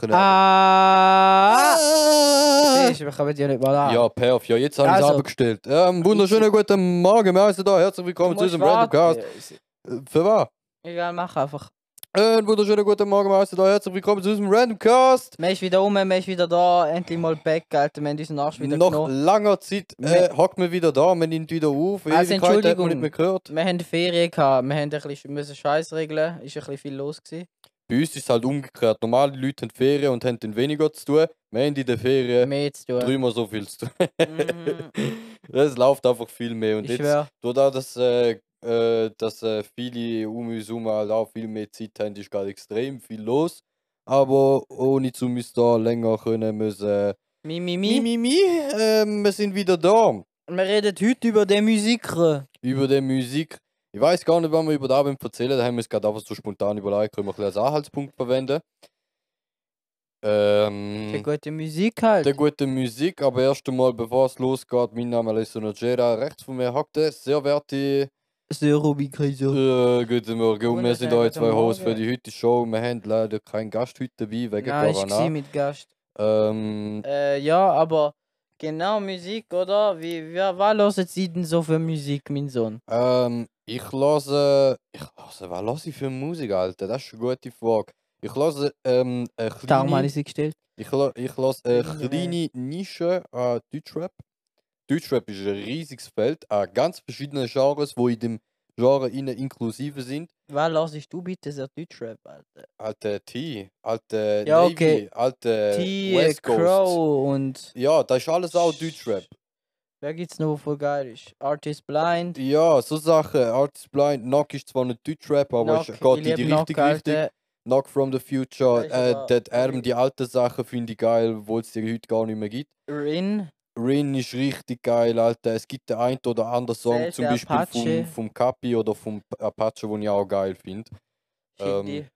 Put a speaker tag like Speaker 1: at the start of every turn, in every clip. Speaker 1: Genau.
Speaker 2: Ah!
Speaker 1: Ah.
Speaker 2: Ich bekomme dir nicht mal an.
Speaker 1: Ja, perfekt. Ja, jetzt habe ich es
Speaker 2: Also-
Speaker 1: abgestellt. Ähm, wunderschönen guten Morgen, wir heißen da. Herzlich willkommen zu diesem Randomcast. Äh, Für was?
Speaker 2: Egal, mach einfach.
Speaker 1: Einen wunderschönen guten Morgen, wir heißen da. Herzlich willkommen zu diesem Randomcast.
Speaker 2: Man ist wieder um, man ist wieder da. Endlich mal back, Alter. Wir haben unseren Arsch wieder
Speaker 1: Nach
Speaker 2: genommen.
Speaker 1: langer Zeit äh,
Speaker 2: Mit-
Speaker 1: hockt man wieder da, man nimmt wieder auf.
Speaker 2: Also,
Speaker 1: Ewigkeit hat man
Speaker 2: Entschuldigung.
Speaker 1: nicht mehr gehört.
Speaker 2: Wir haben Ferien gehabt. Wir haben ein bisschen müssen Scheiß regeln. Ist ein bisschen viel los gewesen.
Speaker 1: Bei uns ist es halt umgekehrt. Normale Leute haben Ferien und haben dann weniger zu tun. Wir haben in der Ferien
Speaker 2: Mehr zu tun.
Speaker 1: dreimal so viel zu tun.
Speaker 2: Mhm.
Speaker 1: Es läuft einfach viel mehr. Und
Speaker 2: Ich
Speaker 1: jetzt
Speaker 2: schwör.
Speaker 1: Dadurch, dass, äh, äh, dass äh, viele um uns herum halt auch viel mehr Zeit haben, ist gerade extrem viel los. Aber ohne zu uns da länger können müssen. äh,
Speaker 2: Mi, mi,
Speaker 1: Mi,
Speaker 2: mi.
Speaker 1: mi, mi, äh, wir sind wieder da.
Speaker 2: Wir reden heute über den Musiker.
Speaker 1: Über die Musik. Ich weiß gar nicht, was wir über das wollen erzählen. Da haben wir es gerade einfach so spontan überlegt. Können wir ein bisschen als Anhaltspunkt verwenden.
Speaker 2: Die
Speaker 1: Ähm,
Speaker 2: gute Musik halt.
Speaker 1: der gute Musik, aber erst einmal, bevor es losgeht, mein Name ist Alessandro Gera. Rechts von mir hockt der sehr werte
Speaker 2: Sehr ruhig, Kaiser.
Speaker 1: Äh, guten Morgen, und wir sind
Speaker 2: Wunderschönen
Speaker 1: heute
Speaker 2: guten
Speaker 1: zwei Hosts für
Speaker 2: Morgen.
Speaker 1: die heutige Show. Wir haben leider keinen Gast heute dabei, wegen
Speaker 2: Nein, ich war
Speaker 1: Corona.
Speaker 2: mit Gast.
Speaker 1: Ähm,
Speaker 2: Äh, ja, aber genau Musik, oder? Wie, wie, was hören Sie denn so für Musik, mein Sohn?
Speaker 1: ähm, ich lasse. Ich lasse, was lasse ich für Musik, Alter? Das ist eine gute Frage. Ich lasse ähm, eine
Speaker 2: Darum habe
Speaker 1: kleine,
Speaker 2: ich sie gestellt.
Speaker 1: ich la- ich lasse eine
Speaker 2: Kleine
Speaker 1: kleine Nische an Deutschrap. Deutschrap ist ein riesiges Feld an ganz verschiedenen Genres, die in dem Genre innen inklusive sind.
Speaker 2: Was hörst du bitte sehr Deutschrap, Alter?
Speaker 1: Alte T, alte
Speaker 2: Ja,
Speaker 1: Navy,
Speaker 2: okay.
Speaker 1: alte
Speaker 2: T, äh,
Speaker 1: West Coast.
Speaker 2: Crow und...
Speaker 1: Ja, das ist alles auch Deutschrap.
Speaker 2: Wer gibt's noch, wo voll geil ist? Artist Blind.
Speaker 1: Ja, so Sachen. Artist Blind, Knock ist zwar nicht Deutschrap, aber es
Speaker 2: Knock,
Speaker 1: geht in
Speaker 2: ich
Speaker 1: die
Speaker 2: liebe
Speaker 1: richtige
Speaker 2: Knock,
Speaker 1: Richtung.
Speaker 2: Alter.
Speaker 1: Knock from the Future,
Speaker 2: Das ist
Speaker 1: äh,
Speaker 2: aber-
Speaker 1: Dead Arm, die alten Sachen finde ich geil, obwohl es die heute gar nicht mehr gibt.
Speaker 2: Rin.
Speaker 1: Rin ist richtig geil, Alter. Es gibt den einen oder anderen Song,
Speaker 2: Fällt
Speaker 1: zum
Speaker 2: der
Speaker 1: Beispiel vom,
Speaker 2: Apache.
Speaker 1: vom Kapi oder vom P- Apache, den ich auch geil finde. Ähm,
Speaker 2: Ähm,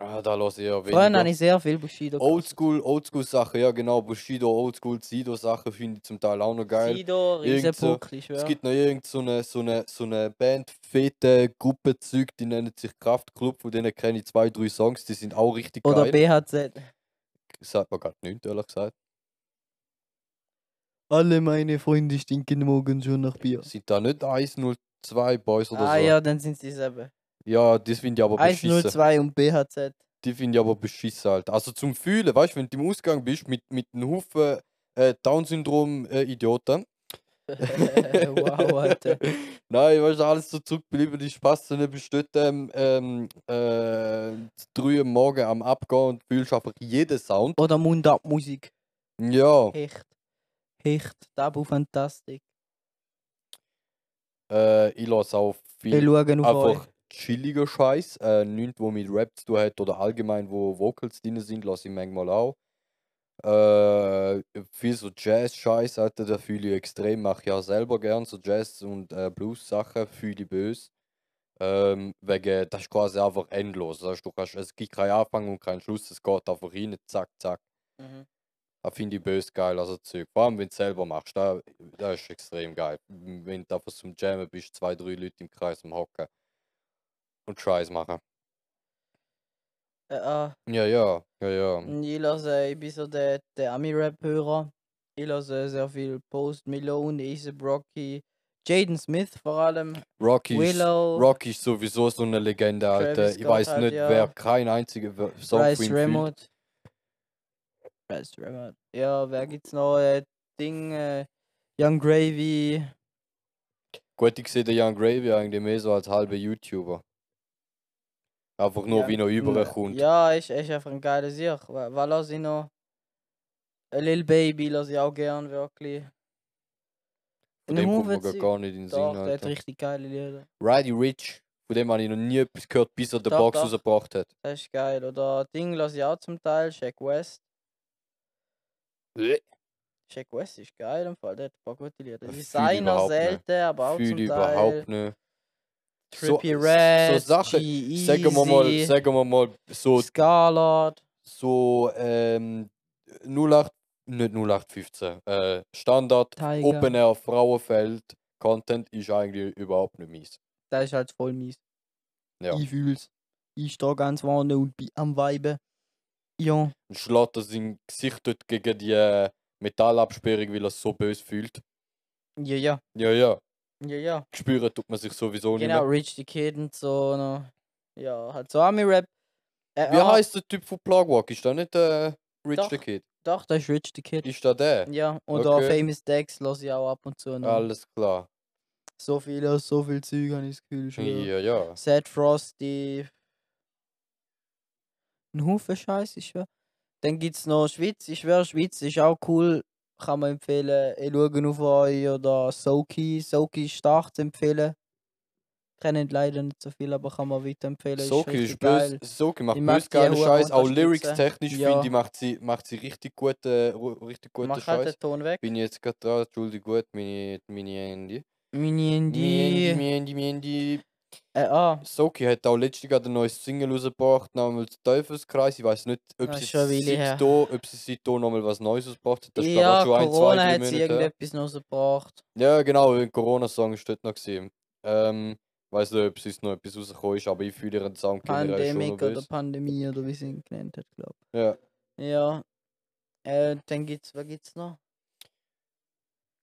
Speaker 1: Ah, da lasse ich ja
Speaker 2: Vorhin
Speaker 1: weniger.
Speaker 2: habe ich sehr viel Bushido
Speaker 1: Oldschool, Oldschool-Sachen, ja genau, Bushido, Oldschool, Sido-Sachen finde ich zum Teil auch noch geil.
Speaker 2: Sido,
Speaker 1: Irgend so-
Speaker 2: Riesenpuck, ich
Speaker 1: Es
Speaker 2: schwör.
Speaker 1: gibt noch irgend so eine, so eine, so eine Band, fette Gruppenzeug, die nennen sich Kraftklub, von denen kenne ich zwei, drei Songs, die sind auch richtig
Speaker 2: Oder
Speaker 1: geil.
Speaker 2: BHZ.
Speaker 1: Sagt man gerade nicht, ehrlich gesagt.
Speaker 2: Alle meine Freunde stinken morgen schon nach Bier.
Speaker 1: Sind da nicht 102 Boys oder
Speaker 2: Ah
Speaker 1: so? Oh,
Speaker 2: ja, dann sind sie selber.
Speaker 1: ja, das finde ich aber beschissen.
Speaker 2: 102 und BHZ.
Speaker 1: Die finde ich aber beschissen halt. Also zum Fühlen, weißt du, wenn du im Ausgang bist mit, mit einem Haufen äh, Down-Syndrom-Idioten.
Speaker 2: wow, Alter.
Speaker 1: Nein, weißt du, alles so zurückgeblieben ist, passt nicht bestimmt ähm, ähm, äh, drei am Morgen am Abgehen und fühlst einfach jeden Sound.
Speaker 2: Oder Mundabmusik.
Speaker 1: Ja,
Speaker 2: Hecht. Hecht. Tabu Fantastik.
Speaker 1: äh, ich lasse auch
Speaker 2: Wir
Speaker 1: viel
Speaker 2: schauen auf euch.
Speaker 1: einfach chilliger Scheiß. Äh, nichts, wo mit Rap zu tun hat oder allgemein, wo Vocals drin sind, lasse ich manchmal auch. Äh, viel so Jazz-Scheiß, Alter, da fühle ich extrem. Mache ich auch selber gern so Jazz- und äh, Blues-Sachen, fühle ich böse. Ähm, wegen, das ist quasi einfach endlos. Das heißt, du kannst, es gibt keinen Anfang und keinen Schluss, es geht einfach rein, zack, zack.
Speaker 2: Mhm.
Speaker 1: Das finde Ah, ich böse geil, also Zeug. Vor allem, wenn du es selber machst, das, das ist extrem geil. M- Wenn du einfach zum Jammen bist, zwei, drei Leute im Kreis am Hocken und Scheiß machen.
Speaker 2: Äh, äh,
Speaker 1: Ja, ja, ja, ja.
Speaker 2: ich, lasse, ich bin so der, der Ami-Rap-Hörer. Ich lasse sehr viel Post Malone, Easy Brocky, Jaden Smith vor allem,
Speaker 1: Rocky ist,
Speaker 2: Willow,
Speaker 1: Rocky ist sowieso so eine Legende, Alter.
Speaker 2: Travis
Speaker 1: Ich weiß
Speaker 2: Scott, halt,
Speaker 1: nicht,
Speaker 2: ja.
Speaker 1: wer kein einziger wer- Song für
Speaker 2: Bryce
Speaker 1: ihn fühlt.
Speaker 2: Remote. Bryce Remote. Ja, wer gibt's noch? Äh, Ding, äh, Young Gravy.
Speaker 1: Gut, ich sehe den Young Gravy eigentlich mehr so als halber YouTuber. Einfach nur,
Speaker 2: Ja,
Speaker 1: wie er überkommt.
Speaker 2: Ja, ist echt einfach ein geiles Sieg. Was lasse ich noch? Äh, Lil Baby lasse ich auch gern, wirklich.
Speaker 1: Von
Speaker 2: Ein
Speaker 1: dem kommt
Speaker 2: Haufen
Speaker 1: mir grad
Speaker 2: Zeug.
Speaker 1: gar nicht in den Sinn.
Speaker 2: Doch, der hat
Speaker 1: Alter.
Speaker 2: richtig geile Lieder.
Speaker 1: Ridey Rich, von dem habe ich noch nie etwas gehört, bis er den
Speaker 2: Doch,
Speaker 1: Box
Speaker 2: doch.
Speaker 1: rausgebracht hat.
Speaker 2: Das ist geil. Oder Ding lasse ich auch zum Teil, Shaq West. Shaq West ist geil im Fall, der hat ein paar gute Lieder.
Speaker 1: Fühl Äh, ich
Speaker 2: Designer
Speaker 1: überhaupt nicht.
Speaker 2: selten, aber auch
Speaker 1: Fühle ich
Speaker 2: zum Teil.
Speaker 1: überhaupt nicht. So-
Speaker 2: Trippy
Speaker 1: so-
Speaker 2: Red,
Speaker 1: so Sachen.
Speaker 2: G
Speaker 1: Sagen wir mal,
Speaker 2: Eazy,
Speaker 1: sagen wir mal so,
Speaker 2: Scarlett.
Speaker 1: so ähm, 08, nicht 0815, äh, Standard,
Speaker 2: Tiger.
Speaker 1: Open Air, Frauenfeld, Content ist eigentlich überhaupt nicht meins.
Speaker 2: Das ist halt voll mies.
Speaker 1: Ja.
Speaker 2: Ich fühl's. Ich stehe ganz vorne und bin am Weiben. Ja.
Speaker 1: und schlägt er sein Gesicht dort gegen die äh, Metallabsperrung, weil er es so böse fühlt.
Speaker 2: Ja, ja.
Speaker 1: Ja, ja.
Speaker 2: Ja, ja.
Speaker 1: Spüren tut man sich sowieso
Speaker 2: Genau,
Speaker 1: nicht
Speaker 2: Rich the Kid und so. Noch. Ja, halt so Ami-Rap. Äh,
Speaker 1: mehr. Wie
Speaker 2: ah,
Speaker 1: heißt der Typ von Plug Walk? Ist das nicht äh, Rich
Speaker 2: Doch. Hm.
Speaker 1: the Kid?
Speaker 2: Doch, das ist Rich the Kid.
Speaker 1: Ist das der?
Speaker 2: Ja, oder
Speaker 1: Okay.
Speaker 2: Famous Dex lasse ich auch ab und zu. noch.
Speaker 1: Alles klar.
Speaker 2: So viel aus so viel Zeug habe ich das Gefühl schon.
Speaker 1: Ja, ja.
Speaker 2: Sad Frosty. Ein Haufen Scheiß, ich schwör. Dann gibt es noch Schweiz, ich schwör, Schweiz ist auch cool. Kann man empfehlen. Ich schaue auf euch oder Soki. Soki ist stark zu empfehlen. Kennen leider nicht so viel, aber kann man weiterempfehlen.
Speaker 1: Soki ist
Speaker 2: richtig
Speaker 1: böse,
Speaker 2: geil.
Speaker 1: Soki macht
Speaker 2: Die macht
Speaker 1: böse
Speaker 2: die
Speaker 1: geile
Speaker 2: Hure
Speaker 1: Scheiß, auch
Speaker 2: unterstützen.
Speaker 1: lyrics technisch
Speaker 2: Ja.
Speaker 1: finde ich, macht sie, macht sie richtig gute, ru- richtig gute
Speaker 2: Mach halt
Speaker 1: Scheiß.
Speaker 2: den Ton weg.
Speaker 1: Bin ich jetzt gerade dran, Entschuldigung, gut, meine, meine Handy.
Speaker 2: Mini
Speaker 1: Handy,
Speaker 2: Indy.
Speaker 1: mein Handy, mein Handy.
Speaker 2: Äh, ah.
Speaker 1: Soki hat auch letztens gerade ein neues Single rausgebracht, namens Teufelskreis. Ich weiß nicht, ob
Speaker 2: Ah,
Speaker 1: sie
Speaker 2: schon eine Weile her.
Speaker 1: seitdem ob sie seitdem nochmal was Neues rausgebracht hat. Das ist gerade auch
Speaker 2: Ja,
Speaker 1: schon ein,
Speaker 2: Corona
Speaker 1: zwei, drei
Speaker 2: hat sie
Speaker 1: Monate her.
Speaker 2: irgendetwas noch so gebracht.
Speaker 1: Ja, genau, ein Corona-Song ist dort noch gesehen. Ähm, weiß nicht, ob es noch etwas rausgekommen ist, aber ich fühle ihren Sound generell schon noch
Speaker 2: Pandemic oder
Speaker 1: bisschen.
Speaker 2: Pandemie oder wie sie ihn genannt hat, glaube
Speaker 1: Ja.
Speaker 2: ich. Ja. Äh, dann gibt's, was gibt's noch?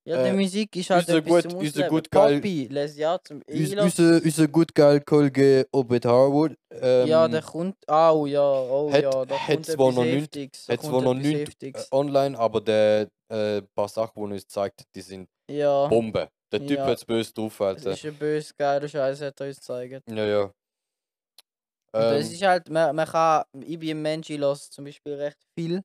Speaker 2: Ja,
Speaker 1: Äh,
Speaker 2: die Musik ist halt
Speaker 1: unser
Speaker 2: etwas
Speaker 1: gut-
Speaker 2: zum
Speaker 1: unser
Speaker 2: Ausleben.
Speaker 1: gut geil-
Speaker 2: Poppy, les ja zum
Speaker 1: Üs-
Speaker 2: Eiler.
Speaker 1: Unser unser gut geil Kollege Obed Harwood. Ähm,
Speaker 2: Ja, der kommt. Au ja, oh
Speaker 1: hat-
Speaker 2: ja, da
Speaker 1: hat
Speaker 2: kommt
Speaker 1: zwar
Speaker 2: etwas
Speaker 1: noch nicht-
Speaker 2: Heftiges. da
Speaker 1: hat
Speaker 2: kommt
Speaker 1: zwar noch
Speaker 2: etwas
Speaker 1: nicht,
Speaker 2: Heftiges.
Speaker 1: äh, online, aber der äh, paar Sachen, die er uns zeigt, die sind
Speaker 2: Ja,
Speaker 1: Bombe. Der Typ
Speaker 2: Ja.
Speaker 1: hat's böse drauf,
Speaker 2: es
Speaker 1: Alter.
Speaker 2: ist ein böse, geiler Scheiß, hat er uns gezeigt.
Speaker 1: Ja, ja.
Speaker 2: Und das
Speaker 1: Ähm,
Speaker 2: ist halt, man, man kann, ich bin ein Mensch, ich lasse zum Beispiel recht viel.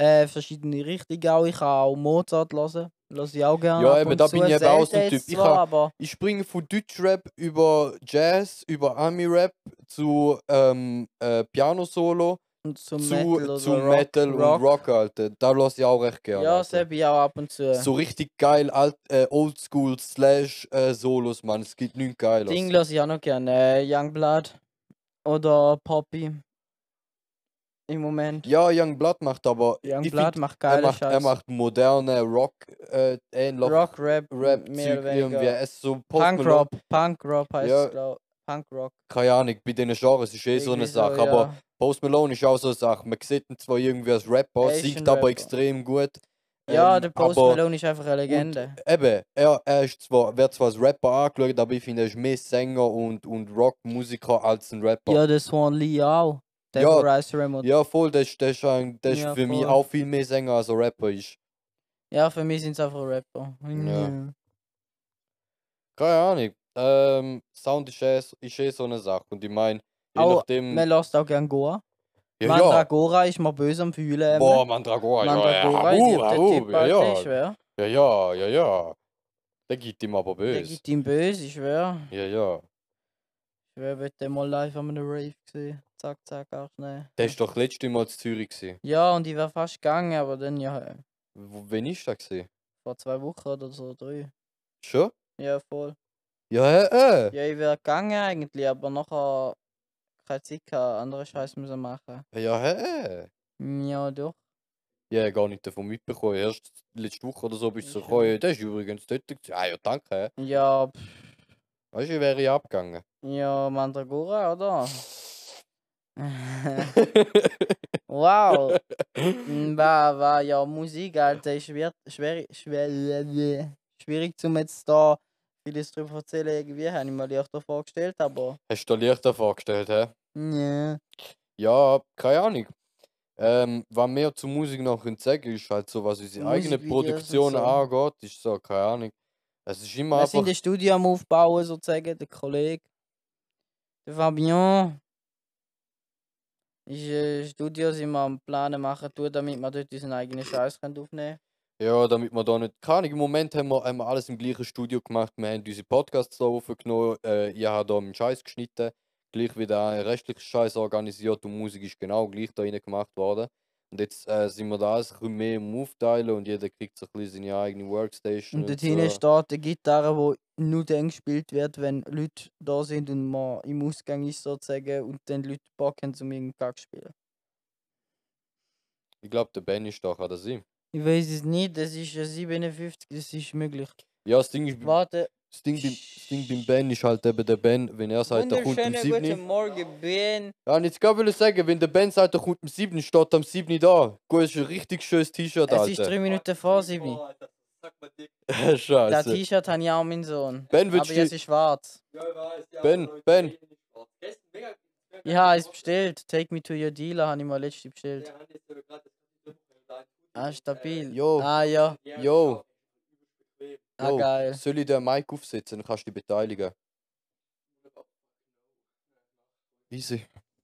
Speaker 2: Äh, verschiedene Richtungen auch. Ich kann auch Mozart hören. Lass ich auch gerne.
Speaker 1: Ja,
Speaker 2: ab
Speaker 1: eben,
Speaker 2: und
Speaker 1: da
Speaker 2: zu.
Speaker 1: bin ich eben auch so ein
Speaker 2: Selten jetzt
Speaker 1: Typ. Ich
Speaker 2: zwar,
Speaker 1: kann-
Speaker 2: aber
Speaker 1: ich springe von Deutschrap über Jazz, über Ami-Rap zu ähm, äh, Piano-Solo,
Speaker 2: und
Speaker 1: zu,
Speaker 2: zum Metal oder
Speaker 1: zu
Speaker 2: Rock,
Speaker 1: Metal
Speaker 2: Rock.
Speaker 1: und Rock, Alter. Da lasse ich auch recht gerne.
Speaker 2: Ja, das
Speaker 1: Alter.
Speaker 2: habe ich auch ab und zu.
Speaker 1: So richtig geil, alt, äh, oldschool slash äh, Solos, Mann. Es gibt nichts Geiles.
Speaker 2: Ding lasse ich auch noch gerne. Äh, Youngblood oder Poppy. Im Moment.
Speaker 1: Ja, Young Blood macht aber. ich
Speaker 2: Youngblood
Speaker 1: find,
Speaker 2: macht
Speaker 1: er
Speaker 2: geile
Speaker 1: macht,
Speaker 2: Scheiß.
Speaker 1: er macht moderne Rock, äh, ähnlich
Speaker 2: Rock, Rap,
Speaker 1: Rap,
Speaker 2: mehr
Speaker 1: Zeug
Speaker 2: oder weniger.
Speaker 1: irgendwie. Es ist so Post
Speaker 2: Punk
Speaker 1: Malone-
Speaker 2: Rock, Punk Rock heißt
Speaker 1: Ja.
Speaker 2: es, glaube ich. Punk Rock.
Speaker 1: Keine Ahnung, bei diesen Genres ist eh so eine
Speaker 2: Irgendwie
Speaker 1: Sache. Aber
Speaker 2: ja.
Speaker 1: Post Malone ist auch so eine Sache. Man sieht ihn zwar irgendwie als Rapper,
Speaker 2: Er ist
Speaker 1: singt
Speaker 2: ein
Speaker 1: aber
Speaker 2: Rapper.
Speaker 1: extrem gut.
Speaker 2: ja,
Speaker 1: ähm,
Speaker 2: der Post
Speaker 1: aber
Speaker 2: Malone ist einfach eine Legende.
Speaker 1: Eben, er, er ist zwar, wird zwar als Rapper angeschaut, aber ich finde, er ist mehr Sänger und, und Rockmusiker als ein Rapper.
Speaker 2: ja, der Swan Lee auch. Der
Speaker 1: Ja,
Speaker 2: von Rise Remote. Ja.
Speaker 1: Ja, voll, das, ist- das ist, ein, das ist
Speaker 2: Ja,
Speaker 1: für mich
Speaker 2: voll.
Speaker 1: auch viel mehr Sänger als ein Rapper ist.
Speaker 2: für mich sind es einfach Mhm. Rapper.
Speaker 1: Ja. Keine Ahnung. Ähm, Sound ist eh, so- ist eh so eine Sache. Und ich meine, je
Speaker 2: Auch
Speaker 1: nachdem.
Speaker 2: Man lässt auch gerne Goa.
Speaker 1: Hm. ja, ja.
Speaker 2: Mandragora ist mal böse am Fühlen.
Speaker 1: Boah, Mandragora, ja, ja.
Speaker 2: ne? Mandragora, ich lieb
Speaker 1: Habu,
Speaker 2: den
Speaker 1: Habu,
Speaker 2: Typ,
Speaker 1: ja,
Speaker 2: Alter, ich
Speaker 1: ja.
Speaker 2: schwör.
Speaker 1: Ja, ja, ja, ja. Der gibt ihm aber
Speaker 2: Der
Speaker 1: böse.
Speaker 2: gibt ihm böse, ich schwör.
Speaker 1: Ja, ja.
Speaker 2: Ich schwör, wird den mal live an einem Rave gesehen. Zack, zack, auch schnell.
Speaker 1: Der ist doch letztes Mal in Zürich. Gewesen.
Speaker 2: Ja, und ich wäre fast gegangen, aber dann ja,
Speaker 1: W- Wann ist das? Gewesen?
Speaker 2: vor zwei Wochen oder so, drei.
Speaker 1: Schon?
Speaker 2: Ja, voll.
Speaker 1: Ja, äh, äh.
Speaker 2: Ja, ich wäre gegangen eigentlich, aber nachher keine Zeit gehabt, andere Scheiß müssen machen.
Speaker 1: Ja, äh, äh.
Speaker 2: Ja, doch.
Speaker 1: Ja, gar nicht davon mitbekommen. Erst letzte Woche oder so bist du
Speaker 2: Ist ja-
Speaker 1: gekommen. Der ist übrigens dort. gewesen. Ah, ja, danke.
Speaker 2: Ja, pff,
Speaker 1: Weißt du, ich wäre ja abgegangen.
Speaker 2: ja, Mandragora, oder? wow. Mm, War, war ja Musik, Alter, ist schwer, schwer, schwer, schwierig zum jetzt da vieles drüber erzählen, irgendwie habe ich mir leichter vorgestellt, aber
Speaker 1: Hast du dir leichter vorgestellt, hä?
Speaker 2: ja.
Speaker 1: Ja, keine Ahnung. Ähm, was mehr zur Musik noch können sagen ist halt so, was unsere eigenen
Speaker 2: Musikvideos und
Speaker 1: Produktionen
Speaker 2: so.
Speaker 1: angeht, ist so, keine Ahnung. Es ist immer
Speaker 2: Wir sind
Speaker 1: einfach.
Speaker 2: ein Studio am Aufbauen, sozusagen, der Kollege. Der Fabian. Ist ein Studio, sind wir am Planen machen, tun, damit wir dort unseren eigenen Scheiß können aufnehmen
Speaker 1: Ja, damit wir da nicht. Keine Ahnung, im Moment haben wir, haben wir alles im gleichen Studio gemacht. Wir haben unsere Podcasts da aufgenommen. Äh, ich habe da meinen Scheiß geschnitten. Gleich wieder einen restlichen Scheiß organisiert und Musik ist genau gleich da rein gemacht worden. Und jetzt äh, sind wir da alles ein bisschen mehr im Aufteilen und jeder kriegt so ein bisschen seine eigene Workstation.
Speaker 2: Und dort hinten
Speaker 1: so.
Speaker 2: steht eine Gitarre, die nur dann gespielt wird, wenn Leute da sind und man im Ausgang ist sozusagen und dann Leute Bock haben, um irgendeinen Kack zu spielen.
Speaker 1: Ich glaube, der Ben ist da, kann das sein?
Speaker 2: Ich weiß es nicht, das ist ja 57, das ist möglich.
Speaker 1: Ja, das Ding ist, bei-
Speaker 2: Warte,
Speaker 1: Das Ding, beim, das Ding beim Ben ist halt eben der Ben, wenn er sagt, er kommt um am
Speaker 2: Wunderschönen guten
Speaker 1: 7.
Speaker 2: Morgen, Ben.
Speaker 1: Ja, und jetzt gerade will ich sagen, wenn der Ben sagt, er kommt am 7., steht er am 7. da. Gut, ist ein richtig schönes T-Shirt,
Speaker 2: Es ist drei
Speaker 1: Alter.
Speaker 2: Minuten vor sieben. Das
Speaker 1: Scheiße.
Speaker 2: T-Shirt habe ich auch meinen Sohn.
Speaker 1: Ben,
Speaker 2: Aber
Speaker 1: willst
Speaker 2: jetzt
Speaker 1: du...
Speaker 2: ist schwarz.
Speaker 1: Ben, Ben.
Speaker 2: Ja, ist bestellt. Take me to your dealer habe ich mal letzte bestellt. Ah, stabil.
Speaker 1: Äh, Jo.
Speaker 2: Ah, ja.
Speaker 1: Yo,
Speaker 2: Ah,
Speaker 1: yo,
Speaker 2: geil.
Speaker 1: soll ich den Mic aufsetzen, dann kannst du dich beteiligen. Easy.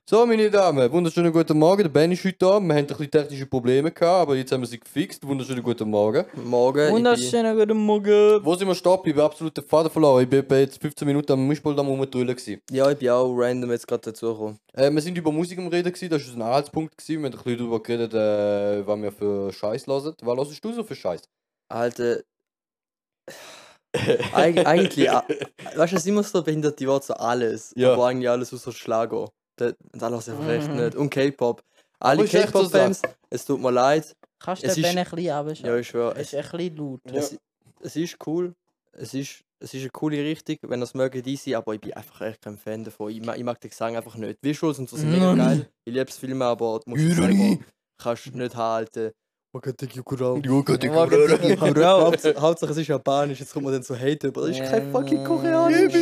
Speaker 1: So, meine Damen, wunderschönen guten Morgen. Der Ben ist heute da. Wir hatten ein bisschen technische Probleme gehabt, aber jetzt haben wir sie gefixt. Wunderschönen guten Morgen.
Speaker 3: Morgen.
Speaker 2: Wunderschönen guten Morgen.
Speaker 1: Wo sind wir stehen geblieben? Absolut den Faden verloren. Ich bin bei jetzt 15 Minuten am Mischpuldamm rumtrüllen. gewesen.
Speaker 3: Ich bin, ja, ich bin auch random jetzt gerade dazugekommen.
Speaker 1: Äh, wir sind über Musik am Reden, gewesen. das war unser Anhaltspunkt. Gewesen. Wir haben ein bisschen darüber geredet, äh, was wir für Scheiß hören. Was hörst du so für Scheiß?
Speaker 3: Alter. Eig eigentlich. a- weißt du, es ist immer so behindert die Worte so alles.
Speaker 1: Ja.
Speaker 3: Aber eigentlich alles außer Schlager. Da, da lass ich einfach echt
Speaker 2: Mhm.
Speaker 3: nicht. Und K-Pop. Alle
Speaker 1: ist echt so
Speaker 3: K-Pop-Fans, es tut mir leid.
Speaker 2: Kannst du
Speaker 3: Es
Speaker 2: den
Speaker 3: ist-
Speaker 2: Ben ein bisschen
Speaker 3: Ja,
Speaker 2: abschauen?
Speaker 3: ich schwöre.
Speaker 2: Es
Speaker 3: Es,
Speaker 2: ist ein bisschen laut.
Speaker 3: es, es ist cool. Es ist, es ist eine coole Richtung, wenn ihr es mögt, easy, aber ich bin einfach echt kein Fan davon. Ich, mag- ich mag den Gesang einfach nicht. Visuals und so sind mega
Speaker 2: Mhm.
Speaker 3: geil. Ich liebe es Filme, aber die Musik
Speaker 1: Ironie.
Speaker 3: selber kannst du nicht halten. Man kann die Jukura
Speaker 2: Morgen,
Speaker 3: Korea, Hauptsache, Hauptsache es ist japanisch, jetzt kommt man dann so Hate über. Das ist kein fucking Koreanisch.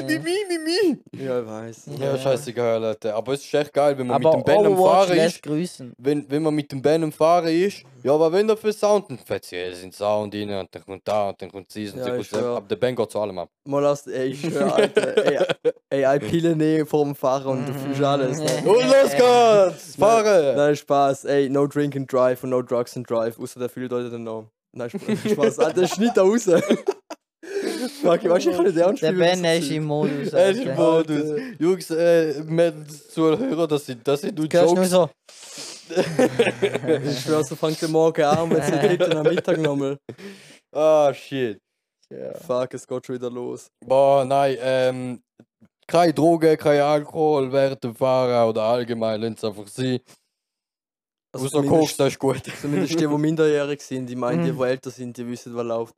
Speaker 3: Ja, ich weiß.
Speaker 1: Ja, scheißegal, Leute. Aber es ist echt geil, wenn man
Speaker 2: Aber
Speaker 1: mit dem Ben am
Speaker 2: Overwatch
Speaker 1: Fahren
Speaker 2: lässt
Speaker 1: ist.
Speaker 2: grüßen.
Speaker 1: Wenn, wenn man mit dem Ben am Fahren ist, ja, aber wenn da für Sound, dann fährt sie in den Sound rein und dann kommt da und dann kommt sie und
Speaker 3: Ja,
Speaker 1: dann
Speaker 3: ich
Speaker 1: kommt das.
Speaker 3: schwör.
Speaker 1: Aber der Ben geht zu allem ab.
Speaker 3: Mal aus, ey, ich schwör, Alter. Ey, ey, eine Pille nehmen vor dem Fahren und du fühlst alles. Ne?
Speaker 1: Und los geht's!
Speaker 2: Äh.
Speaker 1: Fahren!
Speaker 3: Nein, Spaß. Ey, no drink and drive und no drugs and drive. Außer der viele Leute dann noch. Nein, Spaß. Spaß. Alter, schneid da raus. Fuck, ich weiß, ich kann nicht ernst
Speaker 2: Der
Speaker 3: spielen,
Speaker 2: Ben
Speaker 3: das
Speaker 2: ist im Modus.
Speaker 1: Er ist im
Speaker 2: Alter.
Speaker 1: Modus. Jungs, äh, Mädels, Zuhörer, das sind, das sind nur
Speaker 2: Du hörst nur
Speaker 1: Jokes.
Speaker 2: so.
Speaker 3: Ich schwör, so fängt der Morgen an und jetzt geht dann am Mittag nochmal.
Speaker 1: Ah, shit.
Speaker 3: Fuck, es geht schon wieder los.
Speaker 1: Boah, nein, ähm, keine Drogen, kein Alkohol während dem Fahren oder allgemein, lass es einfach sein.
Speaker 3: Also
Speaker 1: Außer
Speaker 3: zumindest-
Speaker 1: Koks, das ist gut.
Speaker 3: Zumindest die, die minderjährig sind, die meinen, die,
Speaker 2: Mhm.
Speaker 3: die älter sind, die wissen, was läuft.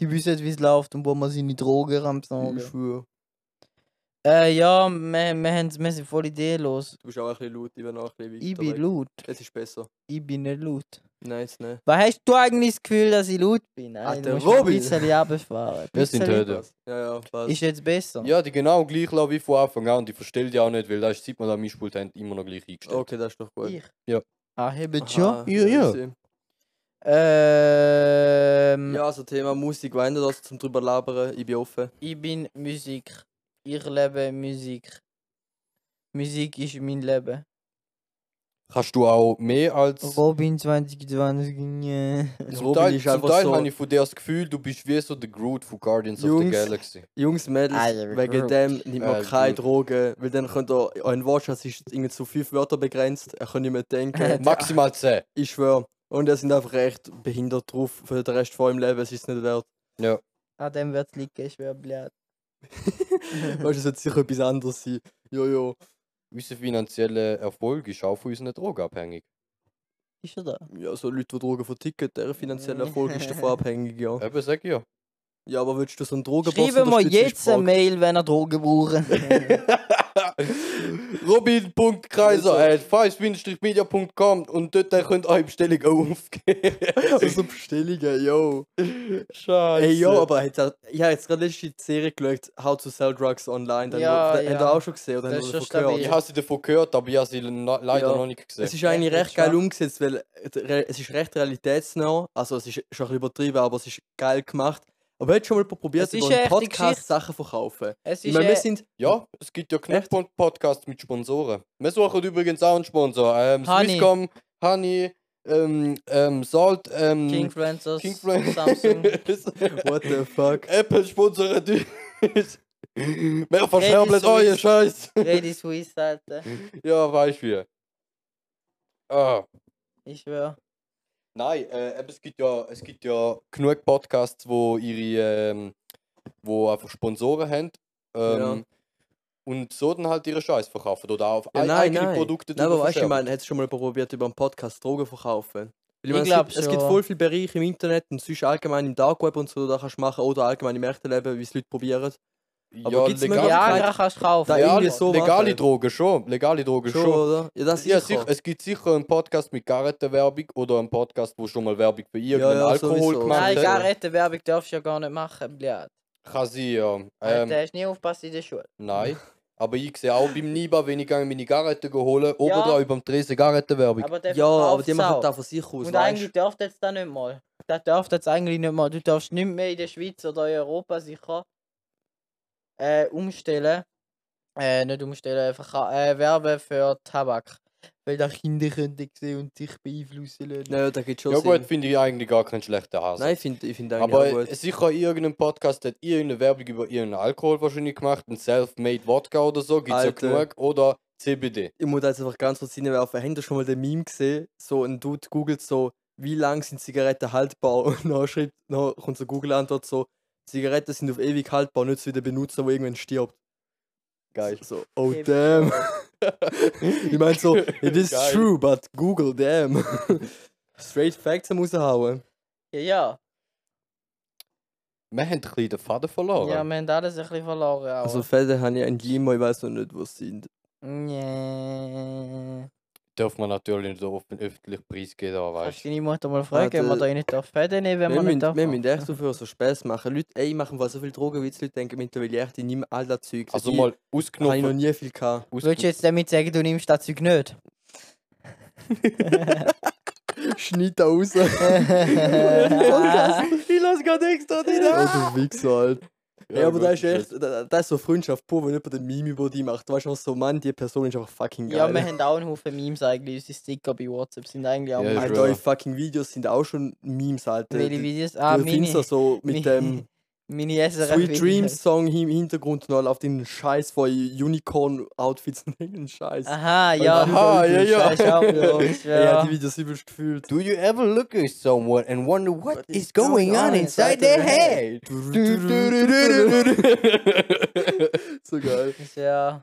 Speaker 2: Die wissen, wie es läuft und wo man seine Drogen rammt.
Speaker 3: Ich schwöre.
Speaker 2: Äh, ja, wir, wir, haben, wir sind voll ideenlos.
Speaker 3: Du bist auch ein bisschen laut, ich bin auch ein bisschen weit
Speaker 2: Ich bin
Speaker 3: weg.
Speaker 2: laut.
Speaker 3: Es ist besser.
Speaker 2: Ich bin nicht laut.
Speaker 3: Nice, ne?
Speaker 2: Was hast du eigentlich das Gefühl, dass ich laut bin? Nein,
Speaker 3: Alter,
Speaker 2: du musst ein
Speaker 3: Robin.
Speaker 2: bisschen runterfahren. Ein
Speaker 1: Wir sind
Speaker 2: bisschen.
Speaker 1: heute.
Speaker 3: Ja, ja, passt.
Speaker 2: Ist jetzt besser?
Speaker 1: Ja, die genau gleich laufen wie von Anfang an und die verstell die auch nicht, weil das sieht man, da Mischpult haben immer noch gleich eingestellt.
Speaker 3: okay, das ist doch gut.
Speaker 2: Ich?
Speaker 1: Ja.
Speaker 2: Ah, hebe
Speaker 3: Aha,
Speaker 2: schon?
Speaker 1: ja.
Speaker 3: easy.
Speaker 2: Ähm,
Speaker 3: Ja, also Thema Musik, wenn du das zum drüber labern, ich bin offen.
Speaker 2: Ich bin Musik. Ich lebe Musik. Musik ist mein Leben.
Speaker 1: Kannst du auch mehr als.
Speaker 2: Robin 2020. yeah.
Speaker 1: Zum
Speaker 3: Robin
Speaker 1: Teil,
Speaker 3: ist
Speaker 1: zum
Speaker 3: einfach
Speaker 1: Teil
Speaker 3: so-
Speaker 1: habe ich von dir das Gefühl, du bist wie so der Groot von Guardians of the
Speaker 3: Jungs.
Speaker 1: Galaxy.
Speaker 3: Jungs, Mädels,
Speaker 2: Alter,
Speaker 3: wegen
Speaker 2: gut.
Speaker 3: dem nimmt man
Speaker 1: Alter,
Speaker 3: keine
Speaker 1: gut.
Speaker 3: Drogen, weil dann könnt ihr, euren Wortschatz ist irgendwie zu fünf Wörter begrenzt, er kann nicht mehr denken.
Speaker 1: Maximal 10.
Speaker 3: ich schwöre. Und er sind einfach echt behindert drauf für den Rest von eurem Leben, es ist nicht wert.
Speaker 2: An dem wird es liegen, ich wäre blöd.
Speaker 3: weißt du, es wird sicher etwas anderes sein. Jojo.
Speaker 1: Unser finanzieller Erfolg ist auch von unseren Drogen abhängig.
Speaker 2: Ist er da?
Speaker 3: Ja, so Leute, die Drogen verticken, deren finanzieller
Speaker 2: Mhm.
Speaker 3: Erfolg ist davon abhängig, ja.
Speaker 1: Eben, sag ich ja.
Speaker 3: Ja, aber willst du so einen Drogenboss
Speaker 2: Schreiben wir
Speaker 3: unterstützen, ist
Speaker 2: jetzt eine
Speaker 3: die Frage.
Speaker 2: Mail, wenn ihr Drogen braucht.
Speaker 1: Robin.kreiser at 5-media.com und dort könnt ihr eure Bestellung auch aufgeben.
Speaker 3: Also Bestellungen, yo.
Speaker 1: Scheiße.
Speaker 3: Ey, yo, aber hat er, ich habe jetzt gerade letzte Serie geschaut, How to Sell Drugs Online. Dann,
Speaker 2: Ja,
Speaker 3: da, Hat
Speaker 2: ja.
Speaker 3: er auch schon gesehen oder
Speaker 2: Das
Speaker 3: hat
Speaker 2: ist
Speaker 3: er davon
Speaker 2: schon stabil.
Speaker 1: Ich
Speaker 3: gehört?
Speaker 1: habe sie davon gehört, aber ich habe sie na- leider
Speaker 3: Ja.
Speaker 1: noch nicht
Speaker 3: Es
Speaker 1: gesehen.
Speaker 3: ist eigentlich
Speaker 2: Echt,
Speaker 3: recht geil
Speaker 2: schon.
Speaker 3: umgesetzt, weil äh, re- es ist recht realitätsnah. Also es ist schon ein bisschen übertrieben, aber es ist geil gemacht. Aber hättest du schon mal probiert,
Speaker 2: Es ist
Speaker 3: über
Speaker 2: eine
Speaker 3: einen
Speaker 2: echte
Speaker 3: Podcast
Speaker 2: Geschichte.
Speaker 3: Sachen verkaufen?
Speaker 2: es
Speaker 3: Ich
Speaker 2: ist
Speaker 3: meine,
Speaker 2: äh,
Speaker 3: wir sind...
Speaker 1: Ja, es gibt ja
Speaker 3: Echt?
Speaker 1: Knackpunkt-Podcasts mit Sponsoren. Wir suchen übrigens auch einen Sponsor. Ähm,
Speaker 2: Honey.
Speaker 1: Swisscom, Honey, ähm, ähm, Salt, ähm,
Speaker 2: Kingfluencers,
Speaker 1: Kingflu-
Speaker 2: Samsung.
Speaker 3: What the fuck?
Speaker 2: Äh,
Speaker 1: Apple sponsert uns. Mehr
Speaker 2: Credit
Speaker 1: verscherbelt euer
Speaker 2: Suisse.
Speaker 1: Scheiß.
Speaker 2: Ready Swiss, Alter.
Speaker 1: Ja, weiß wie. Ah.
Speaker 2: Ich schwör.
Speaker 1: Nein, äh, eben, es, gibt ja, es gibt ja genug Podcasts, wo ihre ähm, wo einfach Sponsoren haben. Ähm,
Speaker 3: Ja.
Speaker 1: Und so dann halt ihre Scheiß verkaufen oder auch auf
Speaker 3: Ja,
Speaker 1: ei-
Speaker 3: nein,
Speaker 1: eigene
Speaker 3: nein.
Speaker 1: Produkte
Speaker 3: Nein,
Speaker 1: drüber
Speaker 3: aber weißt du, ich
Speaker 1: verscherben.
Speaker 3: meine, hättest du schon mal probiert, über einen Podcast Drogen verkaufen? Weil ich
Speaker 2: Ich
Speaker 3: meine, es,
Speaker 2: glaub
Speaker 3: gibt, es gibt
Speaker 2: schon.
Speaker 3: voll viele Bereiche im Internet und sonst allgemein im Dark Web und so, da kannst du machen oder allgemein im echten Leben, wie es Leute probieren. Aber gibt's
Speaker 1: legal,
Speaker 3: Möglichkeiten?
Speaker 2: Ja,
Speaker 3: kein-
Speaker 2: da kannst du kaufen.
Speaker 3: Da
Speaker 2: Ja.
Speaker 1: legale,
Speaker 3: irgendwie so
Speaker 1: legale
Speaker 3: machen.
Speaker 1: Drogen schon. Legale Drogen
Speaker 3: Schon,
Speaker 1: schon.
Speaker 3: oder? Ja, das
Speaker 1: Ja,
Speaker 3: sicher.
Speaker 1: sicher, es gibt sicher einen Podcast mit Garrettenwerbung oder einen Podcast, wo schon mal Werbung für
Speaker 3: Ja,
Speaker 1: irgendeinen
Speaker 3: ja,
Speaker 1: Alkohol
Speaker 3: sowieso.
Speaker 1: gemacht
Speaker 2: Nein,
Speaker 1: hat.
Speaker 2: Garrettenwerbung darfst du ja gar nicht machen, blöd.
Speaker 1: Kann sein, ja.
Speaker 2: Ähm,
Speaker 1: Ähm,
Speaker 2: der ist nie aufgepasst in der Schule.
Speaker 1: nein. Aber ich sehe auch beim Niba, wenn ich gehe meine Garrette holen, oben
Speaker 2: Ja.
Speaker 1: dran über dem Tresen Garrettenwerbung.
Speaker 2: Aber der
Speaker 3: ja, aber die
Speaker 2: verkauft's
Speaker 3: machen
Speaker 2: auch.
Speaker 3: das von sich aus.
Speaker 2: Und
Speaker 3: weisst.
Speaker 2: eigentlich darf das dann nicht mal. Das darf das eigentlich nicht mal. Du darfst nicht mehr in der Schweiz oder in Europa sicher äh, umstellen. Äh, nicht umstellen, verka- äh, werben für Tabak. Weil da Kinder könnten sehen und sich beeinflussen lassen.
Speaker 3: Ja, ja, da gibt schon
Speaker 1: ja gut,
Speaker 3: Sinn.
Speaker 1: finde ich eigentlich gar keinen schlechten Hasen.
Speaker 3: Nein, ich finde ich find eigentlich
Speaker 1: aber
Speaker 3: auch gut.
Speaker 1: sicher irgendein Podcast hat irgendeine Werbung über irgendeinen Alkohol wahrscheinlich gemacht, ein Self-Made Wodka oder so, gibt es ja
Speaker 3: Alter.
Speaker 1: genug. Oder CBD.
Speaker 3: Ich muss da jetzt einfach ganz kurz hinwerfen. Habt ihr schon mal den Meme gesehen? So ein Dude googelt so, wie lang sind Zigaretten haltbar? Und dann schreibt, dann kommt so eine Google-Antwort so, Zigaretten sind auf ewig haltbar, nicht so wie der Benutzer, der irgendwann stirbt.
Speaker 1: Geil.
Speaker 3: So, oh
Speaker 2: Ewig
Speaker 3: damn. ich meine so, it is
Speaker 1: Geil.
Speaker 3: true, but Google, damn. Straight Facts am raushauen.
Speaker 2: Ja, ja.
Speaker 1: Wir haben ein bisschen den Faden verloren.
Speaker 2: Ja, wir haben alles ein bisschen verloren. Auch.
Speaker 3: Also Fälle habe ich eigentlich immer, ich weiß noch nicht, was sie sind.
Speaker 2: nee.
Speaker 1: Darf man natürlich nicht offen, öffentlich preisgeben, aber
Speaker 2: Kannst
Speaker 1: weißt
Speaker 2: du deine Mutter mal fragen, ob man
Speaker 3: Warte.
Speaker 2: da nicht darf Fäden nehmen, wenn
Speaker 3: Wir
Speaker 2: man
Speaker 3: müssen,
Speaker 2: nicht darf?
Speaker 3: wir müssen echt aufhören, so Spaß machen. Leute, ey, machen wir so viel Drogen, wie die Leute denken mittlerweile echt, ich nehme all das Zeug.
Speaker 1: Also
Speaker 3: Dabei
Speaker 1: mal
Speaker 3: habe ich noch
Speaker 1: ausgenommen.
Speaker 3: nie viel gehabt.
Speaker 2: Willst du jetzt damit sagen, du nimmst das Zeug nicht?
Speaker 3: Schneid da raus. oh,
Speaker 1: Ich lasse gerade extra nicht
Speaker 3: du Wichser, halt. Ja, aber da ist echt, da, da ist so Freundschaft pur, wenn jemand ein Meme über dich macht. Du weißt noch so, Mann, die Person ist einfach fucking geil.
Speaker 2: Ja, wir haben auch einen Haufen Memes eigentlich. Unsere Sticker bei WhatsApp sind eigentlich auch
Speaker 1: Ja,
Speaker 2: Memes.
Speaker 1: ist
Speaker 3: Alter, eure fucking Videos sind auch schon Memes, Alter.
Speaker 2: Welche
Speaker 3: Die-
Speaker 2: Videos? Ah,
Speaker 3: du findest
Speaker 2: meine,
Speaker 3: das so mit dem
Speaker 2: meine SRF
Speaker 3: Sweet
Speaker 2: Videos.
Speaker 3: Dreams Song im Hintergrund und auf den Scheiß von Unicorn Outfits und irgendeinen Scheiß.
Speaker 2: Aha, ja.
Speaker 1: Aha, ja, ja.
Speaker 2: Scheiß auch wieder.
Speaker 3: ja,
Speaker 2: Ich
Speaker 3: ja.
Speaker 2: schwör.
Speaker 3: die Videos übelst gefühlt.
Speaker 1: Do you ever look at someone and wonder what,
Speaker 3: What
Speaker 1: is
Speaker 3: is
Speaker 1: going
Speaker 3: going
Speaker 1: on
Speaker 3: on
Speaker 1: inside
Speaker 3: inside
Speaker 1: their
Speaker 3: their
Speaker 1: head?
Speaker 3: so geil.
Speaker 2: Ja.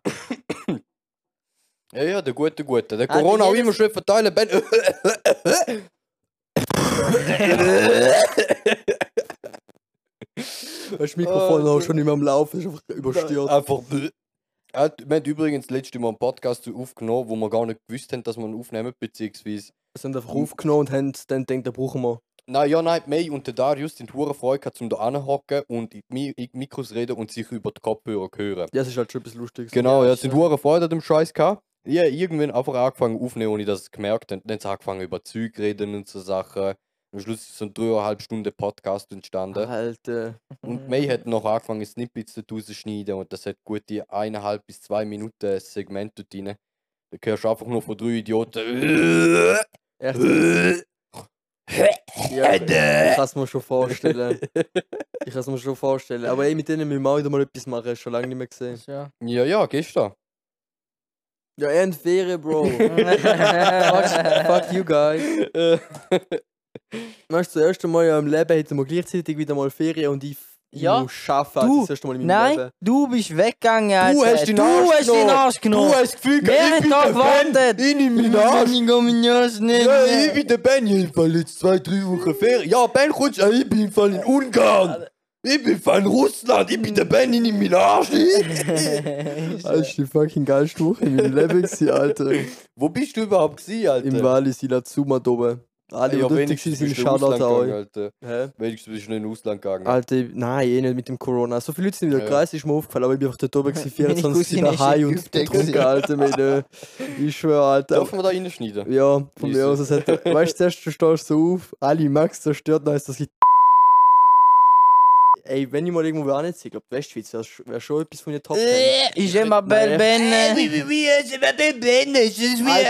Speaker 1: ja, ja, der gute, gute. Der
Speaker 2: Ah,
Speaker 1: Corona
Speaker 2: die
Speaker 1: auch immer schön verteilen. Ben.
Speaker 3: Das Mikrofon
Speaker 1: Oh,
Speaker 3: auch schon immer am Laufen, ist einfach überstürzt.
Speaker 1: Einfach. bäh. Ah, Wir haben übrigens letztes Mal einen Podcast aufgenommen, wo wir gar nicht gewusst haben, dass wir ihn aufnehmen, beziehungsweise
Speaker 3: Wir sind einfach aufgenommen und haben dann gedacht, da brauchen wir.
Speaker 1: Nein, ja, nein, die May und der Darius sind hure Freude gehabt, um da anhocken und in die Mi- in die Mikros reden und sich über die Kopfhörer zu hören.
Speaker 3: Ja, es ist halt schon etwas Lustiges.
Speaker 1: Genau, ja, sind hure Freude an dem Scheiß gehabt. Ich habe irgendwann einfach angefangen aufnehmen, ohne dass ich es gemerkt habe. Dann haben sie angefangen über Zeug zu reden und so Sachen. Am Schluss ist so ein dreieinhalb Stunden Podcast entstanden.
Speaker 3: Alter.
Speaker 1: Und die May hat noch angefangen, Snippets zu rausschneiden und das hat gute eineinhalb bis zwei Minuten ein Segment dort rein. Da hörst du einfach nur von drei Idioten.
Speaker 3: Echt, ja, ich kann es mir schon vorstellen. Ich kann es mir schon vorstellen. Aber ey, mit denen müssen wir auch wieder mal etwas machen, hast du schon lange nicht mehr gesehen.
Speaker 2: Ja.
Speaker 1: Ja, ja, gestern.
Speaker 3: Ja, er in Ferien, Bro. fuck, fuck you guys.
Speaker 1: Äh,
Speaker 3: Weißt du, das erste Mal ja im Leben hätten wir gleichzeitig wieder mal Ferien und ich, ich
Speaker 2: Ja.
Speaker 3: muss arbeiten.
Speaker 2: Du.
Speaker 3: das erste Mal in meinem
Speaker 2: Nein,
Speaker 3: Leben.
Speaker 2: du bist weggegangen.
Speaker 1: Du
Speaker 2: Alter.
Speaker 1: hast den
Speaker 2: du
Speaker 1: Arsch
Speaker 2: hast den
Speaker 1: genommen.
Speaker 2: Arsch genommen.
Speaker 1: hast das Gefühl,
Speaker 2: Wer hat da gewartet?
Speaker 1: Ich nehme meinen Arsch.
Speaker 2: Ich kann meinen Arsch nicht
Speaker 1: Ja,
Speaker 2: mehr.
Speaker 1: ich bin der Ben. Ja, Ich war jetzt zwei, drei Wochen Ferien. Ja, Ben, kommst du? Ich bin von in Ungarn. Ich bin von Russland. Ich bin der Ben. Ich nehme meinen Arsch. Also,
Speaker 3: Das ist die fucking geilste Woche in meinem Leben, gewesen, Alter.
Speaker 1: Wo bist du überhaupt gewesen, Alter?
Speaker 3: Im Wallis, in Lazuma da oben. Alle,
Speaker 1: Ey,
Speaker 3: die
Speaker 1: ja,
Speaker 3: dort waren,
Speaker 1: wenigstens
Speaker 3: sind
Speaker 1: bist du in Ausland
Speaker 3: Shoutout an
Speaker 1: gegangen,
Speaker 3: euch.
Speaker 1: Alter.
Speaker 3: Hä?
Speaker 1: Wenigstens bist du nicht in Ausland gegangen.
Speaker 3: Alter, nein, eh nicht mit dem Corona. So viele Leute sind wieder
Speaker 1: Ja.
Speaker 3: gereist, ist mir aufgefallen, aber ich bin einfach dort oben gewesen,
Speaker 2: Meine
Speaker 3: 24
Speaker 2: Cousine
Speaker 3: Stunden
Speaker 2: ist
Speaker 3: high
Speaker 2: in
Speaker 3: und
Speaker 2: Ägypten
Speaker 3: betrunken,
Speaker 2: gewesen.
Speaker 3: Alter. Meine, ich schwöre, Alter.
Speaker 1: Darf man da reinschneiden?
Speaker 3: Ja, von mir aus. Es hat, weißt du, zuerst du stehst so auf, alle Max zerstört, dann heißt das. Ey, wenn ich mal irgendwo anziehe, ich glaube, Westschweiz wäre wär schon etwas von den Top
Speaker 1: Äh,
Speaker 3: 10.
Speaker 2: Ich bin mal
Speaker 3: Nein.
Speaker 2: Äh, Ben. äh,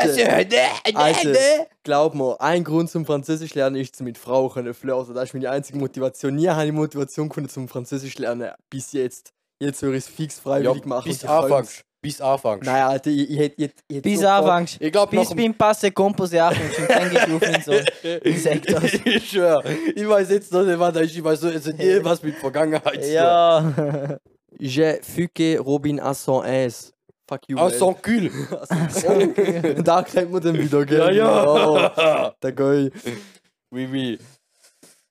Speaker 3: ne. Alter, glaub mir, ein Grund zum Französisch lernen ist, mit Frauen können flirten. Das ist meine einzige Motivation. Nie habe ich Motivation gefunden zum Französisch lernen, bis jetzt. Jetzt höre ich es fix freiwillig machen.
Speaker 1: bis
Speaker 3: und ich freu mich.
Speaker 1: anfängst. Bis anfängst.
Speaker 3: Nein, Alter, ich, ich hätte. Ich, ich, hätt
Speaker 2: Bis
Speaker 3: sofort-
Speaker 2: anfängst.
Speaker 1: Ich glaube, nach
Speaker 2: Bis
Speaker 1: dem
Speaker 2: beim Passe Kompos ja anfängst und dann gehst du auf meinen Sohn. Ich sag das.
Speaker 1: ich schwör, ich weiß jetzt noch nicht, was das ist. Ich weiß so, es hat irgendwas mit Vergangenheit zu tun.
Speaker 2: Ja.
Speaker 3: J'ai fucké Robin à son aise. Fuck you.
Speaker 1: Ah,
Speaker 3: man.
Speaker 1: sans cul!
Speaker 3: Also, da kennt man den wieder, gell?
Speaker 1: Ja,
Speaker 3: Oh,
Speaker 1: ja!
Speaker 3: der Goy.
Speaker 1: Oui, oui.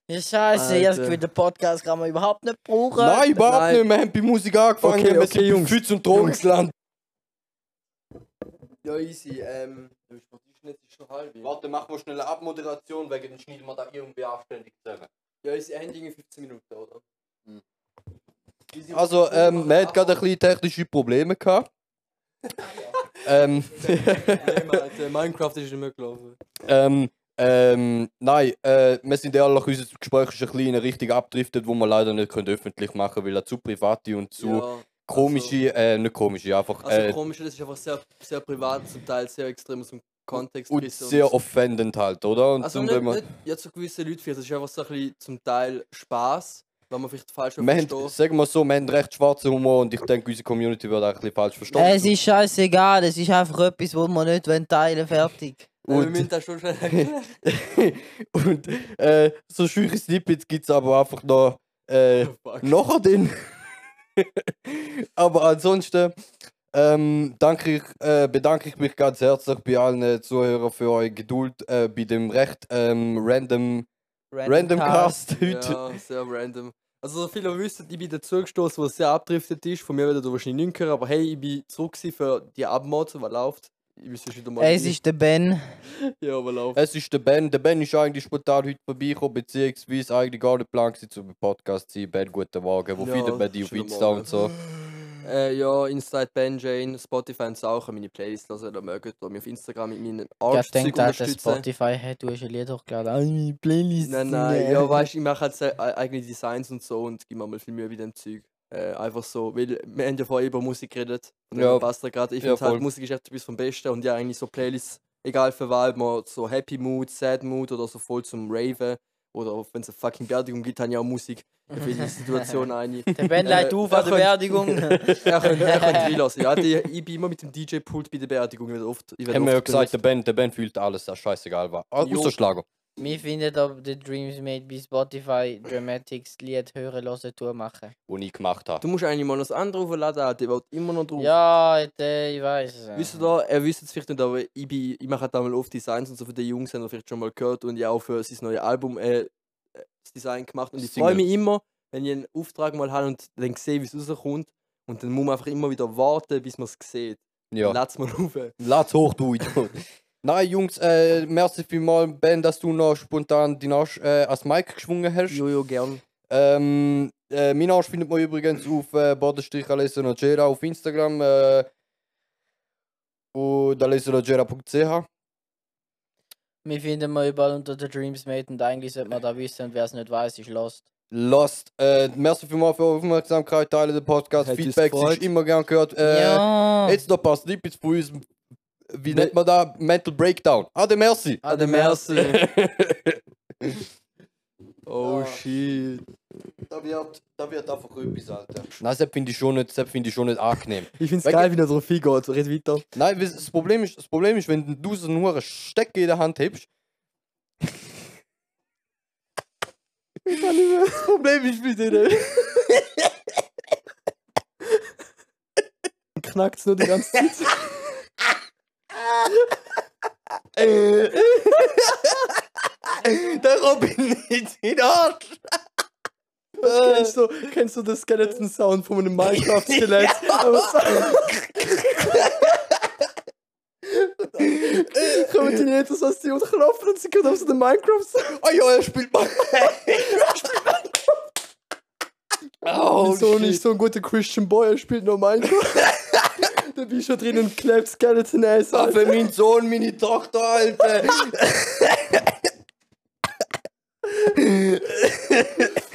Speaker 2: Ja, scheiße, ich habe das
Speaker 3: Alter.
Speaker 2: Gefühl, den Podcast kann man überhaupt nicht brauchen. Äh,
Speaker 1: Nein, überhaupt
Speaker 3: Nein.
Speaker 1: nicht. Wir haben bei Musik angefangen.
Speaker 3: Okay,
Speaker 1: wir
Speaker 3: okay,
Speaker 1: sind
Speaker 3: Jungs.
Speaker 1: Fütz und Drogensland.
Speaker 3: Ja, easy. Ähm, der Sportschnitt ist schon halb.
Speaker 1: Warte, machen wir schnell eine Abmoderation, wegen dann schneiden wir da irgendwie anständig zusammen.
Speaker 3: Ja, easy Ending in 15 Minuten, oder? Hm.
Speaker 1: Also, ähm, man hat gerade ein bisschen technische Probleme gehabt. ähm,
Speaker 3: Alter, Minecraft ist nicht mehr gelaufen.
Speaker 1: ähm, ähm, nein, äh, wir sind ehrlich, unser Gespräch ist ein bisschen in eine Richtung abdriftet, wo wir leider nicht können öffentlich machen können, weil er zu private und zu
Speaker 3: Ja.
Speaker 1: komische, äh, nicht komische, einfach
Speaker 3: Also
Speaker 1: äh,
Speaker 3: komisch, das ist einfach sehr, sehr privat, zum Teil sehr extrem aus dem Kontext.
Speaker 1: und
Speaker 3: gerissen
Speaker 1: sehr
Speaker 3: so.
Speaker 1: offendend halt, oder? Und
Speaker 3: Also
Speaker 1: zum-
Speaker 3: nicht,
Speaker 1: wenn man-
Speaker 3: nicht ja, zu gewissen Leuten vielleicht, es ist einfach so ein bisschen zum Teil Spaß, wenn man vielleicht falsch
Speaker 1: Wir haben,
Speaker 3: versteht.
Speaker 1: sagen wir so, wir haben recht schwarzen Humor und ich denke, unsere Community wird auch ein bisschen falsch verstanden.
Speaker 2: Es ist scheißegal, es ist einfach etwas, wo man nicht wollen teilen fertig.
Speaker 3: Äh, Wir
Speaker 1: Und-
Speaker 3: müssen das schon schnell
Speaker 1: und äh, so schüche Snippets gibt es aber einfach noch äh,
Speaker 3: Fuck.
Speaker 1: nachher drin. aber ansonsten ähm, danke ich, äh, bedanke ich mich ganz herzlich bei allen Zuhörern für eure Geduld äh, bei dem recht ähm, random, random Cast heute.
Speaker 3: Ja, sehr random. Also so viele wissen, ich bin dazugestoßen, was sehr abdriftet ist. Von mir werdet ihr wahrscheinlich nicht hören, aber hey, ich bin zurück gewesen für die Abmod, was läuft. Ich wüsste schon wieder mal.
Speaker 2: Es
Speaker 3: wie-
Speaker 2: ist der Ben.
Speaker 3: Ja, was läuft.
Speaker 1: Es ist der Ben. Der Ben ist eigentlich spontan heute vorbeigekommen, beziehungsweise eigentlich gar nicht plan gewesen, zum Podcast zu sein. Ben, guten Morgen. Wo
Speaker 3: Ja,
Speaker 1: findet man dich auf
Speaker 3: schönen
Speaker 1: Insta
Speaker 3: Morgen.
Speaker 1: und so?
Speaker 3: Äh, ja, Inside Ben Jane, Spotify und so auch meine Playlist hören, da mögt ihr mich auf Instagram mit meinen
Speaker 2: Ich
Speaker 3: Artstücken
Speaker 2: denke, dass
Speaker 3: unterstützen.
Speaker 2: Spotify hat, du hast ein Lied hochgeladen. Ah, meine Playlist.
Speaker 3: Nein, nein, ja, weißt du, ich mache halt se- ei- eigene Designs und so und gebe mir mal viel Mühe bei dem Zeug. Äh, einfach so, weil wir haben ja vorher über Musik geredet. Und
Speaker 1: Ja.
Speaker 3: ja. passt da gerade. Ich
Speaker 1: Ja,
Speaker 3: finde halt,
Speaker 1: voll.
Speaker 3: Musik ist echt etwas vom Besten und ja, eigentlich so Playlists, egal für was, ob man so Happy Mood, Sad Mood oder so voll zum Raven oder wenn es eine fucking Beerdigung gibt, habe ich auch Musik für die Situation ein.
Speaker 2: Der Ben leitet
Speaker 3: Äh,
Speaker 2: auf
Speaker 3: da
Speaker 2: an der Beerdigung.
Speaker 3: könnt- Er könnte, er könnte reinlassen. Ja, die, ich bin immer mit dem DJ-Pult bei der Beerdigung. Ich werde oft, ich werde
Speaker 1: Haben wir ja
Speaker 3: oft
Speaker 1: gesagt, der
Speaker 3: benutzt.
Speaker 1: Ben, der ben fühlt alles, das scheißegal war. Ah,
Speaker 3: Jo.
Speaker 1: Außer Schlager.
Speaker 2: Mir findet aber The Dreams Made bei Spotify Dramatics Lied hören, hören, tun, machen.
Speaker 1: wo ich gemacht habe.
Speaker 3: Du musst eigentlich mal das andere aufladen, Alter, der wird immer noch drauf.
Speaker 2: Ja, Alter, ich weiß.
Speaker 3: Wisst ihr da, er wisst es vielleicht nicht, aber ich, bin, ich mache da mal oft Designs und so für die Jungs, haben ihr vielleicht schon mal gehört und ja auch für sein neues Album äh, äh, das Design gemacht. Und ich freue mich immer, wenn ich einen Auftrag mal habe und dann sehe, wie es rauskommt. Und dann muss man einfach immer wieder warten, bis man es sieht. Ja.
Speaker 1: Ja.
Speaker 3: Lass mal rauf.
Speaker 1: Lass hoch, du Idiot. Nein, Jungs, äh, merci vielmals, Ben, dass du noch spontan deinen Arsch äh, als Mike geschwungen hast.
Speaker 3: Jojo, gern.
Speaker 1: Ähm, äh, mein Arsch findet man übrigens auf äh, Bodenstrich Alessio Nogera auf Instagram äh, und alessionogera.ch.
Speaker 2: Wir finden mal überall unter The Dreams Made und eigentlich sollte man da wissen, und wer es nicht weiß, ist lost.
Speaker 1: Lost. Äh, merci vielmals für eure Aufmerksamkeit, Teile den Podcast,
Speaker 3: Hat uns
Speaker 1: Feedback, es ist
Speaker 3: gefreut.
Speaker 1: immer gern gehört. Äh,
Speaker 2: ja.
Speaker 1: Jetzt noch ein paar Snippets von unserem, wie nennt man da, Mental Breakdown. Ah, der Merci.
Speaker 3: Ade, merci. Oh,
Speaker 1: Ja.
Speaker 3: shit.
Speaker 1: Da wird, da wird einfach etwas, Alter. Nein, das finde ich schon nicht, das finde ich schon nicht angenehm.
Speaker 3: Ich find's
Speaker 1: Weil-
Speaker 3: geil, wie der drauf eingeht. Red weiter.
Speaker 1: Nein, weisst du, das Problem ist, das Problem ist, wenn du so nur einen Stecker in der Hand hebst. das Problem ist mit denen.
Speaker 3: Knackt's nur die ganze Zeit.
Speaker 1: Äh. Der Robin nicht in den Arsch.
Speaker 3: kennst, du, kennst du den Skeleton-Sound von einem Minecraft-Skelett? Kommen die nicht, das heißt, die unterklopfen und sie können auf so den Minecraft-Sound.
Speaker 1: Oh ja, er spielt mal.
Speaker 3: Oh,
Speaker 1: Oh,
Speaker 3: Wieso
Speaker 1: shit.
Speaker 3: nicht so ein guter Christian Boy, er spielt nur Minecraft. da bin ich schon drin und klebt Skeleton-Ass
Speaker 1: Ah,
Speaker 3: an.
Speaker 1: für meinen Sohn, meine Tochter, Alter.
Speaker 3: Ich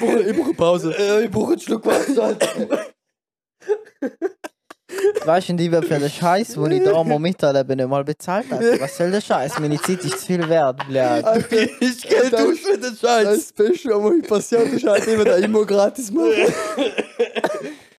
Speaker 3: brauche ich brauche eine Pause.
Speaker 1: Äh, ich brauche einen Schluck Wasser, Alter.
Speaker 2: Weißt du, und ich werde für den Scheiß, den ich da mal miterlebe, nicht mal bezahlt habe. Was soll der Scheiß? Meine Zeit ist zu viel wert, blöd.
Speaker 3: Alter,
Speaker 1: Ich gehe
Speaker 3: Das-
Speaker 1: durch für den Scheiß.
Speaker 3: das Beste, was mir passiert ist, halt immer da immer gratis machen.